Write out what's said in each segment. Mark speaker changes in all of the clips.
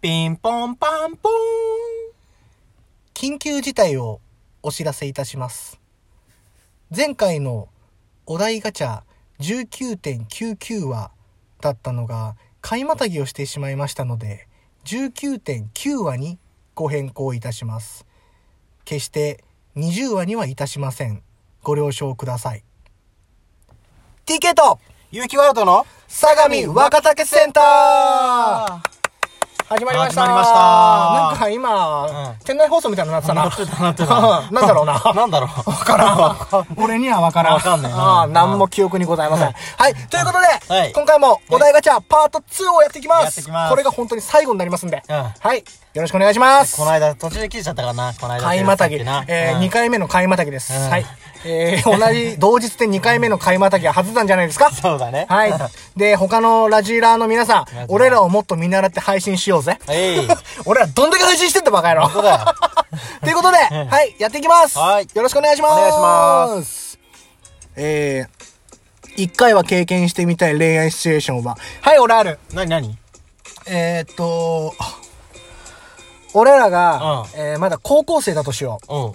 Speaker 1: ピンポンパンポーン
Speaker 2: 緊急事態をお知らせいたします。前回のお題ガチャ19.99話だったのが、買いまたぎをしてしまいましたので、19.9話にご変更いたします。決して20話にはいたしません。ご了承ください。TK と
Speaker 1: 有機ワールドの
Speaker 2: 相模若竹センター始まりました。
Speaker 1: 始まりました
Speaker 2: なんか今、
Speaker 1: うん
Speaker 2: 店内放送みたいになってたな。
Speaker 1: なってたなってた
Speaker 2: なんだろ うな。
Speaker 1: なんだろうわからんわ。
Speaker 2: 俺には分からん。
Speaker 1: わかんねえな
Speaker 2: ああ、なんも記憶にございません。はい。ということで、
Speaker 1: はい
Speaker 2: 今回もお題ガチャパート2をやっていきます。
Speaker 1: やっていきます
Speaker 2: これが本当に最後になりますんで。
Speaker 1: うん
Speaker 2: はい。よろしくお願いしま す。
Speaker 1: この間途中で切れちゃったからな、この間。
Speaker 2: 買いまたぎ。え
Speaker 1: な。
Speaker 2: ー、
Speaker 1: うん
Speaker 2: 2回目の買いまたぎです。
Speaker 1: うん
Speaker 2: はい。えー、同じ、同日で2回目の買いまたぎは外なんじゃないですか
Speaker 1: そうだね。
Speaker 2: はい。で、他のラジラーの皆さん
Speaker 1: ジラー、
Speaker 2: 俺らをもっと見習って配信しようぜ。
Speaker 1: えい。
Speaker 2: 俺らどんだけ配信してんだバカ野郎。
Speaker 1: そうだよ。
Speaker 2: ということで、
Speaker 1: うん
Speaker 2: はい、やっていきます。
Speaker 1: はい
Speaker 2: よろしくお願いします。
Speaker 1: お願いし
Speaker 2: ます。えー、一回は経験してみたい恋愛シチュエーションは。はい、俺ある。
Speaker 1: なになに
Speaker 2: えー、っと、俺らが、
Speaker 1: う
Speaker 2: えーまだ高校生だとしよ
Speaker 1: うん。うん。
Speaker 2: う。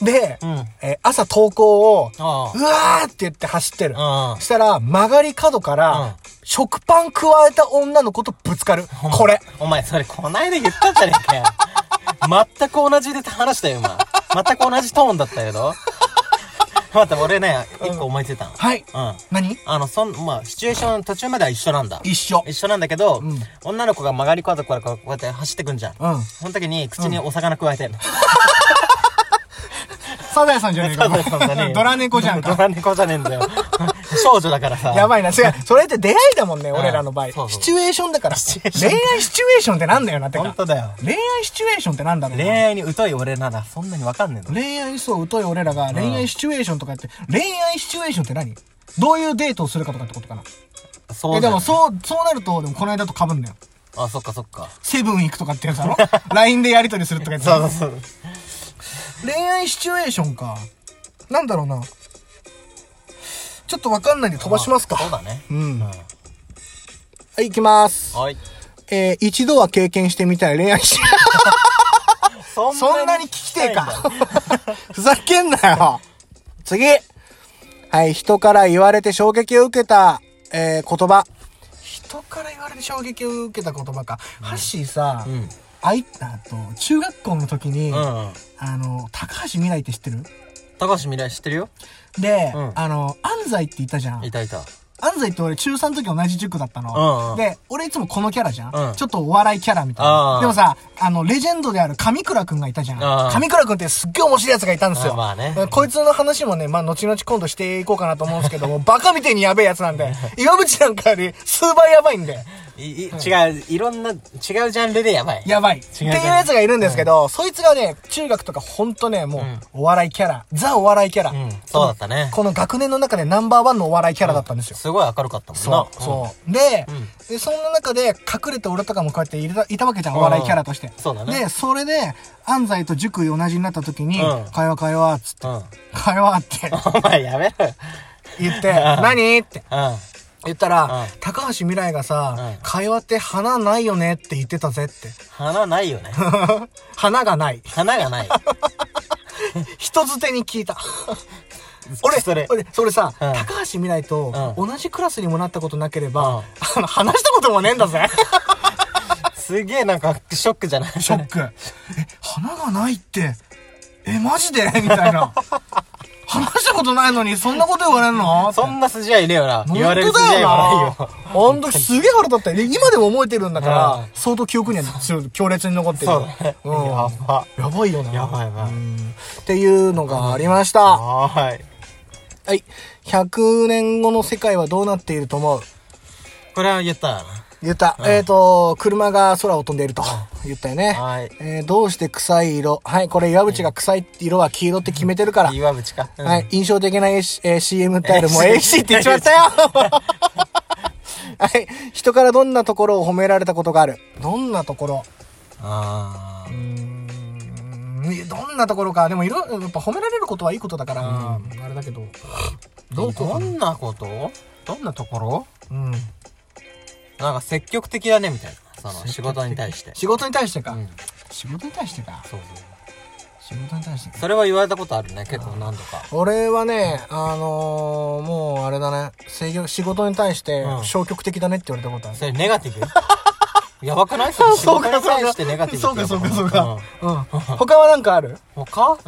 Speaker 2: で、
Speaker 1: うん
Speaker 2: えー朝登校を、う
Speaker 1: あ
Speaker 2: わ
Speaker 1: あ
Speaker 2: ーって言って走ってる。
Speaker 1: うん
Speaker 2: そしたら、曲がり角から、
Speaker 1: うん
Speaker 2: 食パン食われた女の子とぶつかる。これ。
Speaker 1: お前それこないだ言ったじゃねえかよ。 全く同じで話したよ、今。全く同じトーンだったけど。 待って、俺ね、一個思いついたの。
Speaker 2: はい。
Speaker 1: うん。
Speaker 2: 何
Speaker 1: あの、そん、まあ、シチュエーション途中までは一緒なんだ。
Speaker 2: 一緒。
Speaker 1: 一緒なんだけど、
Speaker 2: ん
Speaker 1: 女の子が曲がり角からこうやって走ってくんじゃん。
Speaker 2: うん
Speaker 1: その時に口にお魚加えてんの。
Speaker 2: サザエさんじゃねえか。 ドラ猫じゃんか
Speaker 1: ド。ラ猫じゃねえんだよ。 少女だからさ。
Speaker 2: や
Speaker 1: い。
Speaker 2: ばい な。違う。それって出会いだもんね、俺らの場合。
Speaker 1: そうそう
Speaker 2: シチュエーションだから。
Speaker 1: シチュ
Speaker 2: 恋
Speaker 1: エーション
Speaker 2: 愛シチュエーションってなんだよなってか
Speaker 1: 本当だよ。
Speaker 2: 恋愛シチュエーションってなんだろう
Speaker 1: 恋
Speaker 2: な。
Speaker 1: 愛に疎い俺ならそんなにわかんねえの。
Speaker 2: 恋愛層疎い俺らが恋愛シチュエーションとかやって、恋愛シチュエーションって何どういうデートをするかとかってことかな。
Speaker 1: そう
Speaker 2: え、
Speaker 1: じ
Speaker 2: で
Speaker 1: ゃん
Speaker 2: もそう、そうなると、でもこの間と被んだよ。
Speaker 1: あ、そっかそっか。
Speaker 2: セブン行くとかってやつ だろ ?LINE でやりとりするとかやつだ
Speaker 1: そ
Speaker 2: ろ
Speaker 1: うそうそう。
Speaker 2: 恋愛シチュエーションか。なんだろうな。ちょっとわかんないんで飛ばしますか。
Speaker 1: そうだね。
Speaker 2: うん。
Speaker 1: うん
Speaker 2: はい、行きます。
Speaker 1: はい。
Speaker 2: えー一度は経験してみたい恋 愛シチュエーショ
Speaker 1: そ
Speaker 2: ンそんなに聞きてえか。ふざけんなよ。次。はい、人から言われて衝撃を受けた、えー言葉。人から言われて衝撃を受けた言葉か。ハッシーさ、
Speaker 1: うん
Speaker 2: あいあと、中学校の時に、
Speaker 1: うんうん。
Speaker 2: あの、高橋未来って知ってる
Speaker 1: 高橋未来知ってるよ
Speaker 2: で、
Speaker 1: うん
Speaker 2: あの、安西っていたじゃん
Speaker 1: い。たいた。
Speaker 2: 安西って俺中3の時同じ塾だった
Speaker 1: うん
Speaker 2: の。
Speaker 1: うん
Speaker 2: で、俺いつもこのキャラじゃん,、
Speaker 1: うん
Speaker 2: ちょっとお笑いキャラみたいな
Speaker 1: あ。ー
Speaker 2: でもさ、あの、レジェンドである上倉くんがいたじゃん
Speaker 1: あ。ー
Speaker 2: 上倉くんってすっげえ面白いやつがいたんですよ。
Speaker 1: あーまあね
Speaker 2: こいつの話もね、まあ後々今度していこうかなと思うんですけども、 バカみてえにやべえやつなんで、岩渕なんかより数倍やばいんで、
Speaker 1: いい違う、いろんな、違うジャンルでやばい。
Speaker 2: やばい。って
Speaker 1: 違
Speaker 2: いう
Speaker 1: う
Speaker 2: やつがいるんですけど、そいつがね、中学とかほんとね、もう、お笑いキャラ。ザお笑いキャラ、
Speaker 1: うんそうだったね
Speaker 2: この学年の中でナンバーワンのお笑いキャラだったんですよ。
Speaker 1: すごい明るかったもんな
Speaker 2: そ。う、そう。で、でそんな中で隠れて俺とかもこうやっていたいたわけじゃん、お笑いキャラとして。
Speaker 1: そうだね
Speaker 2: で、それで、安西と塾同じになった時に、
Speaker 1: うん
Speaker 2: 会話会話っつって、
Speaker 1: う ん。 うん。
Speaker 2: 会話って
Speaker 1: お前やめろよ。
Speaker 2: 言って、
Speaker 1: ん
Speaker 2: 何って
Speaker 1: う
Speaker 2: 言ったら、
Speaker 1: う
Speaker 2: 高橋未来がさ、
Speaker 1: うん
Speaker 2: 会話って花ないよねって言ってたぜって。
Speaker 1: ん。花ないよね。
Speaker 2: 花がない。
Speaker 1: 花がない。
Speaker 2: 人づてに聞いた。俺、
Speaker 1: それ。
Speaker 2: 俺、それさ、
Speaker 1: うん
Speaker 2: 高橋未来と
Speaker 1: う
Speaker 2: 同じクラスにもなったことなければ、
Speaker 1: うん
Speaker 2: あの話したこともねえんだぜ。
Speaker 1: すげえなんか、ショックじゃない
Speaker 2: ショック。え、花がないって、え、マジで みたいな。話したことないのに、そんなこと言われるの
Speaker 1: そんな筋合いねえよな。
Speaker 2: 本
Speaker 1: 言われる
Speaker 2: 当
Speaker 1: 筋合
Speaker 2: だ
Speaker 1: いは
Speaker 2: よ
Speaker 1: ないよ。
Speaker 2: な。あの時すげえ腹立ったよね。今でも覚えてるんだか
Speaker 1: う
Speaker 2: ら
Speaker 1: ん、
Speaker 2: 相当記憶には強い強烈に残ってる。
Speaker 1: そうだね。
Speaker 2: う
Speaker 1: や
Speaker 2: ん
Speaker 1: ば。
Speaker 2: やばいよな。
Speaker 1: やばいやばい
Speaker 2: うんっていうのがありました。
Speaker 1: はーい。
Speaker 2: はい。100年後の世界はどうなっていると思う
Speaker 1: これは言ったよな。
Speaker 2: 言った。えっ、と、車が空を飛んでいると言ったよね。
Speaker 1: はい
Speaker 2: えーどうして臭い色はい、これ岩渕が臭い色は黄色って決めてるから。
Speaker 1: 岩渕か。うん
Speaker 2: はい、。印象的な、A えー CM タイルも
Speaker 1: えー
Speaker 2: AC って言っちまったよはい、人からどんなところを褒められたことがあるどんなところ
Speaker 1: あ
Speaker 2: うーん、どんなところか。でもいろ、やっぱ褒められることはいいことだから、あれだけど。
Speaker 1: ーど、どんなことどんなところ
Speaker 2: うん。
Speaker 1: なんか積極的だね、みたいな。その仕事に対して
Speaker 2: 仕事に対してか、
Speaker 1: うん
Speaker 2: 仕事に対してか
Speaker 1: そうそう
Speaker 2: 仕事に対してか
Speaker 1: それは言われたことあるね結構何度か
Speaker 2: 俺はねあのー、もうあれだね制御仕事に対して
Speaker 1: うん
Speaker 2: 消極的だねって言われたことある、
Speaker 1: それネガティブ やばくないそれ仕事に対してネガティ
Speaker 2: そ
Speaker 1: ブ
Speaker 2: う
Speaker 1: って
Speaker 2: か
Speaker 1: やば
Speaker 2: そう
Speaker 1: く
Speaker 2: か
Speaker 1: ない
Speaker 2: そうか、うん、 他はなんかある
Speaker 1: うん他
Speaker 2: う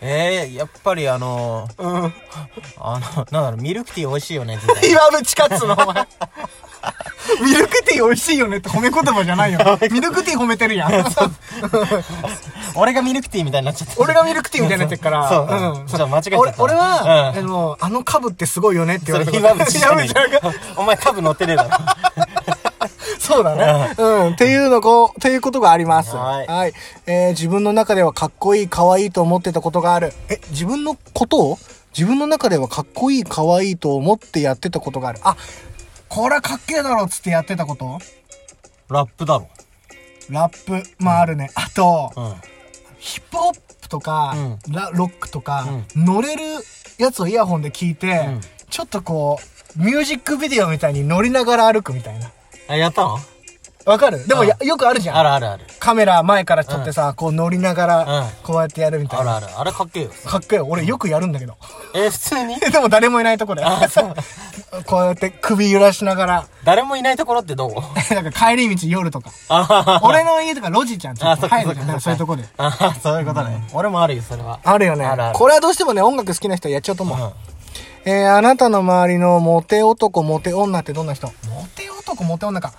Speaker 1: ええやっぱりあの
Speaker 2: んうん
Speaker 1: あのなんだろうミルクティー美味しいよね絶対
Speaker 2: 岩淵勝つのお前ミルクティー美味しいよねって褒め言葉じゃな いよミルクティー褒めてるやん
Speaker 1: 俺がミルクティーみたいになっちゃった
Speaker 2: 俺がミルクティーみたいになってるから
Speaker 1: そうそうちょっと間違えちゃった
Speaker 2: 俺俺は、
Speaker 1: うん
Speaker 2: でもあの株ってすごいよねって言
Speaker 1: そ
Speaker 2: われ
Speaker 1: れ
Speaker 2: た
Speaker 1: 岩渕じゃ
Speaker 2: 岩
Speaker 1: ね
Speaker 2: 淵じゃねえか
Speaker 1: え お前株乗ってねえだろ
Speaker 2: そうだね。うん。っていうのこう、っていうことがあります。
Speaker 1: はい
Speaker 2: えー自分の中ではかっこいい、かわいいと思ってたことがある。え、自分のことを自分の中ではかっこいい、かわいいと思ってやってたことがある。あ、これはかっけえだろっつってやってたこと
Speaker 1: ラップだろ
Speaker 2: ラップもあるね。あと、
Speaker 1: うん
Speaker 2: ヒップホップとか、
Speaker 1: う
Speaker 2: ラロックとか、乗れるやつをイヤホンで聞いて、
Speaker 1: うん
Speaker 2: ちょっとこう、ミュージックビデオみたいに乗りながら歩くみたいな。
Speaker 1: あやったの
Speaker 2: わかるでもやよくあるじゃん。
Speaker 1: あるあるある
Speaker 2: カメラ前から撮ってさ、こう乗りなが
Speaker 1: うん
Speaker 2: ら、こうやってやるみた
Speaker 1: あ
Speaker 2: い
Speaker 1: る
Speaker 2: な。
Speaker 1: あるあれかっけえよ
Speaker 2: かっこいい。俺よくやるんだけど。
Speaker 1: え普通に
Speaker 2: でも誰もいないとこで。 こうやって首揺らしながら、
Speaker 1: 誰もいないところってどこ
Speaker 2: なんか帰り道夜とか。
Speaker 1: あはは
Speaker 2: 俺の家とか路地じゃん。ちょ
Speaker 1: あ
Speaker 2: っと
Speaker 1: そっか
Speaker 2: 入
Speaker 1: そ
Speaker 2: る
Speaker 1: っか
Speaker 2: じゃん。なんかそういうとこで。
Speaker 1: あはそういうことね俺もあるよそれは
Speaker 2: あるよね
Speaker 1: あるあ。る
Speaker 2: これはどうしてもね、音楽好きな人はやっちゃうと思う。
Speaker 1: う
Speaker 2: えー、あなたの周りのモテ男、モテ女ってどんな人モテ男、モテ女か。
Speaker 1: ん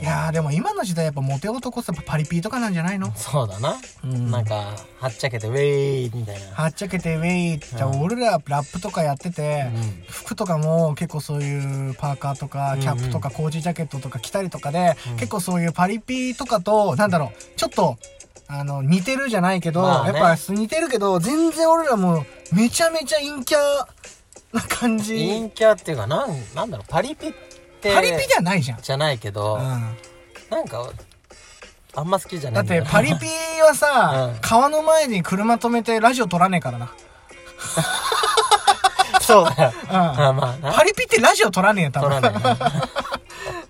Speaker 2: いやー、でも今の時代やっぱモテ男ってやっぱパリピとかなんじゃないの
Speaker 1: そうだな、
Speaker 2: うん
Speaker 1: なんかはっちゃけてウェイみたいな
Speaker 2: はっちゃけてウェイって、俺らラップとかやってて、
Speaker 1: うん
Speaker 2: 服とかも結構そういうパーカーとかキャップとかコージジャケットとか着たりとかで、結構そういうパリピとかとなんだろうちょっとあの似てるじゃないけど、
Speaker 1: まあね
Speaker 2: やっぱ似てるけど全然俺らもうめちゃめちゃ陰キャな感じ
Speaker 1: 陰キャっていうかなんなんだろうパリピって
Speaker 2: パリピじゃないじゃん、
Speaker 1: じゃないけど、
Speaker 2: うん
Speaker 1: なんかあんま好きじゃな
Speaker 2: だ
Speaker 1: い
Speaker 2: っ
Speaker 1: んよ
Speaker 2: て
Speaker 1: な
Speaker 2: パリピはさ、
Speaker 1: うん
Speaker 2: 川の前に車止めてラジオ撮らねえからな、
Speaker 1: そうだよ、
Speaker 2: うん
Speaker 1: あまあな
Speaker 2: パリピってラジオ撮らねえよ多
Speaker 1: 取
Speaker 2: 分
Speaker 1: らないな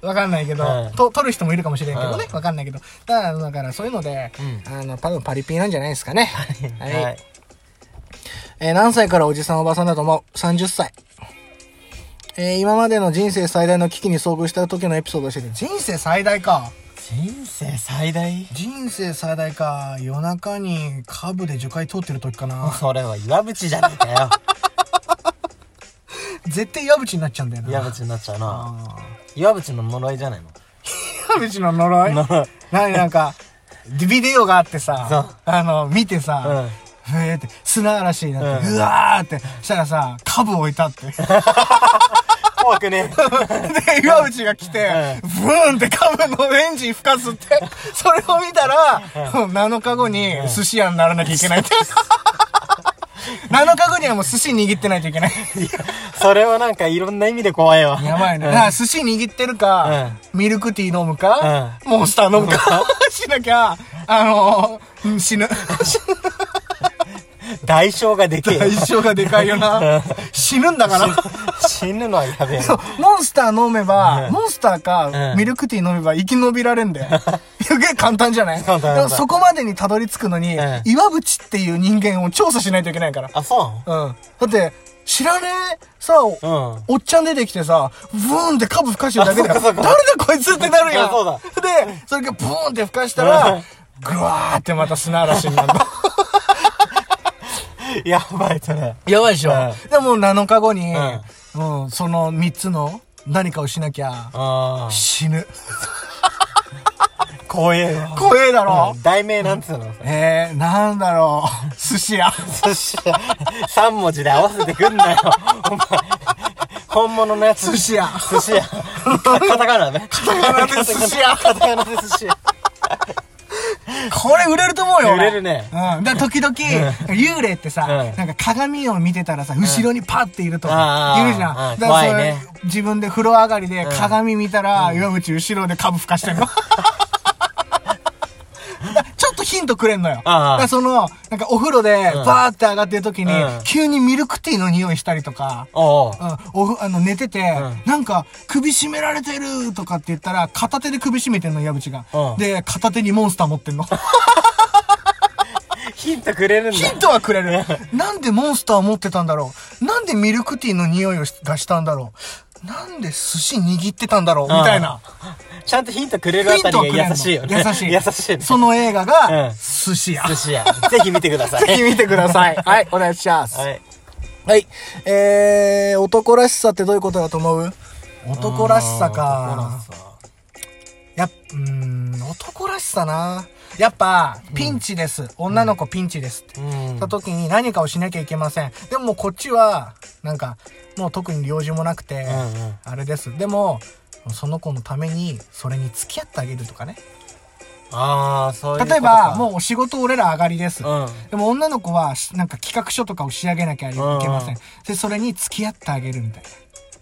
Speaker 2: わかんないけど、
Speaker 1: うん
Speaker 2: と撮る人もいるかもしれんけどね、
Speaker 1: うん
Speaker 2: わかんないけど。ただ、だからそういうので、あの、多分パリピなんじゃないですかね。はい。
Speaker 1: はい
Speaker 2: えー何歳からおじさんおばさんだと思う ?30 歳。えー今までの人生最大の危機に遭遇した時のエピソードを教えて。人生最大か。
Speaker 1: 人生最大
Speaker 2: 人生最大か。夜中にカブで樹海通ってる時かな。
Speaker 1: それは岩渕じゃねえかよ
Speaker 2: 絶対矢口になっちゃうんだよな。
Speaker 1: 岩渕になっちゃうな
Speaker 2: あ
Speaker 1: 岩渕の呪いじゃないの
Speaker 2: ー矢口の呪い
Speaker 1: 呪い
Speaker 2: なになんか、ビデオがあってさ、あの、見てさ、
Speaker 1: うん
Speaker 2: ふえーって、砂嵐になって、
Speaker 1: う
Speaker 2: うわーって、したらさ、カブ置いた って。で、
Speaker 1: 怖くね
Speaker 2: 岩渕が来て、ブーンってカブのエンジン吹かすって、それを見たら、7日後に寿司屋にならなきゃいけ ないって。7日後にはもう寿司握ってないといけない。
Speaker 1: えいやそれはなんかいろんな意味で怖いわ
Speaker 2: やばいね。だから寿司握ってるか、ミルクティー飲むか、モンスター飲むか、 しなきゃ、あのーうん 死ぬ。
Speaker 1: 代償がでけえよ
Speaker 2: 一生がでかいよな。死ぬんだから。
Speaker 1: 死ぬのはやべえな
Speaker 2: そう、モンスター飲めば、
Speaker 1: うん
Speaker 2: モンスターか、
Speaker 1: うん
Speaker 2: ミルクティー飲めば生き延びられんだよ。 すげえ簡単じゃない
Speaker 1: 簡単
Speaker 2: でもそこまでにたどり着くのに、
Speaker 1: ん
Speaker 2: 岩渕っていう人間を調査しないといけないから。
Speaker 1: あそ
Speaker 2: うん。だって、知らねえさ、
Speaker 1: ううん
Speaker 2: おっちゃん出てきてさ、ブーンってカブ吹かしてるだけだよ。
Speaker 1: あそう
Speaker 2: 誰
Speaker 1: か
Speaker 2: だこいつってなるやん。
Speaker 1: あそうだ
Speaker 2: で、それがブーンって吹かした
Speaker 1: う
Speaker 2: ら
Speaker 1: ん、
Speaker 2: ぐわーってまた砂嵐になるの。
Speaker 1: やばいそれ
Speaker 2: やばいでしょ。
Speaker 1: う
Speaker 2: でも7日後に、
Speaker 1: う
Speaker 2: うん、その3つの何かをしなきゃ、
Speaker 1: ああ
Speaker 2: 死ぬ。
Speaker 1: 怖えわ
Speaker 2: 怖えだろ、
Speaker 1: うん題名なんつうの
Speaker 2: えー、なんだろう。寿司屋。
Speaker 1: そして3文字で合わせてくんなよお前本物のやつ
Speaker 2: 寿司屋。
Speaker 1: 寿司屋カタカナねカタ
Speaker 2: カナで寿司屋
Speaker 1: カタカナで寿司屋
Speaker 2: これ売れると思うよ。俺
Speaker 1: 売れるね
Speaker 2: うん。だから時々、幽霊ってさ、
Speaker 1: うん
Speaker 2: なんか鏡を見てたらさ、後ろにパッていると
Speaker 1: あ
Speaker 2: か、
Speaker 1: ー
Speaker 2: いるじゃん。
Speaker 1: うん
Speaker 2: だからそれ
Speaker 1: 怖いね
Speaker 2: 自分で風呂上がりで鏡 見たら、岩渕後ろで株吹かしてるの。だからちょっと引ヒントくれんのよ。だ
Speaker 1: ああ
Speaker 2: からその、なんかお風呂で
Speaker 1: うん
Speaker 2: バーって上がってる時に
Speaker 1: うん、
Speaker 2: 急にミルクティーの匂いしたりとか、
Speaker 1: おう
Speaker 2: うん、おふ、あの、寝てて、
Speaker 1: う
Speaker 2: なんか、首絞められてるとかって言ったら、片手で首絞めてんの、矢口が。
Speaker 1: うん
Speaker 2: で、片手にモンスター持ってんの。
Speaker 1: ヒントくれるんだ。
Speaker 2: ヒントはくれる。 なんでモンスターを持ってたんだろう。なんでミルクティーの匂いをしがしたんだろう。なんで寿司握ってたんだろう、みたいな。
Speaker 1: ちゃんとヒントくれるあ
Speaker 2: ヒン
Speaker 1: た
Speaker 2: トは
Speaker 1: り
Speaker 2: く
Speaker 1: が
Speaker 2: れんの
Speaker 1: 優しいよね。
Speaker 2: 優しい。
Speaker 1: 優しいね。
Speaker 2: その映画が、
Speaker 1: うん
Speaker 2: 寿司屋。
Speaker 1: 寿司屋。ぜひ見てください。
Speaker 2: ぜひ見てください。 はい、お願いします。
Speaker 1: はい。
Speaker 2: はい。えー、男らしさってどういうことだと思う男らしさ
Speaker 1: 男
Speaker 2: か。
Speaker 1: らしさ
Speaker 2: やっ、うーん、男らしさな。やっぱ、ピンチです。女の子ピンチですって。
Speaker 1: うん
Speaker 2: した時に何かをしなきゃいけません。でももうこっちは、なんか、もう特に用事もなくて、
Speaker 1: うんうん
Speaker 2: あれです。でも、その子のために、それに付き合ってあげるとかね。
Speaker 1: ああ、そういうことか。
Speaker 2: 例えば、もうお仕事俺ら上がりです。
Speaker 1: うん。
Speaker 2: でも女の子はし、なんか企画書とかを仕上げなきゃいけません。
Speaker 1: うん
Speaker 2: で、それに付き合ってあげるみたい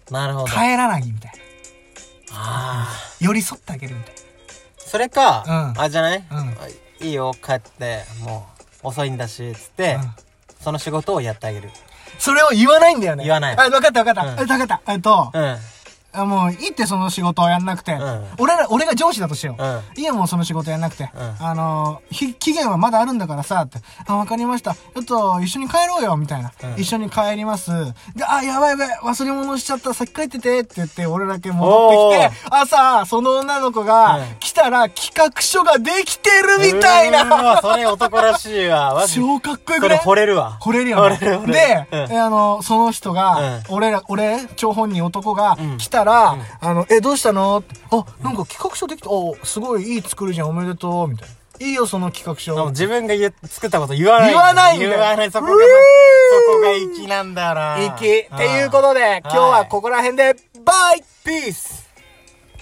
Speaker 2: な。
Speaker 1: なるほど。あ
Speaker 2: 帰らないみたいな。
Speaker 1: あー。
Speaker 2: 寄り添ってあげるみたい
Speaker 1: それか、
Speaker 2: うん
Speaker 1: あ、じゃない、
Speaker 2: う
Speaker 1: いいよ、帰って、もう、遅いんだし、つって、
Speaker 2: な。うん
Speaker 1: その仕事をやってあげる。
Speaker 2: それを言わないんだよね。
Speaker 1: 言わない
Speaker 2: あ、わかったわかった。
Speaker 1: うん
Speaker 2: あわかった。えっと
Speaker 1: う、ん。
Speaker 2: あもういいってその仕事をやんなくて。
Speaker 1: ん
Speaker 2: 俺ら、俺が上司だとしよう。
Speaker 1: うん
Speaker 2: いいよもうその仕事やんなくて。
Speaker 1: ん
Speaker 2: あのーひ期限はまだあるんだからさ、って。あ、わかりました。ちょっと一緒に帰ろうよ、みたいな。
Speaker 1: うん
Speaker 2: 一緒に帰ります。で、あ、やばいやばい、忘れ物しちゃった、先帰ってて、って言って、俺だけ戻ってきて、朝、その女の子
Speaker 1: う
Speaker 2: が
Speaker 1: ん
Speaker 2: 来たら企画書ができてるみたいうな。
Speaker 1: わそれ男らしい わ。マジ
Speaker 2: 超かっこよ
Speaker 1: こ
Speaker 2: く
Speaker 1: れ
Speaker 2: ない
Speaker 1: 惚れるわ。
Speaker 2: 惚れるよね。
Speaker 1: 惚れる惚れる
Speaker 2: で、
Speaker 1: うん
Speaker 2: えあの、その人が、
Speaker 1: うん
Speaker 2: 俺ら、俺、張本人男が
Speaker 1: うん
Speaker 2: 来たら、あの、え、どうしたのってあ、なんか企画書できた。お、すごいいい作るじゃん、おめでとう、みたいな。いいよ、その企画
Speaker 1: でも
Speaker 2: 書。
Speaker 1: 自分が言う作ったこと言わない。
Speaker 2: 言わないんだよ
Speaker 1: 言わない。そこが、
Speaker 2: うー
Speaker 1: そこが粋なんだよな。
Speaker 2: いき。っていうことで、今日はここら辺で、バイ
Speaker 1: ピース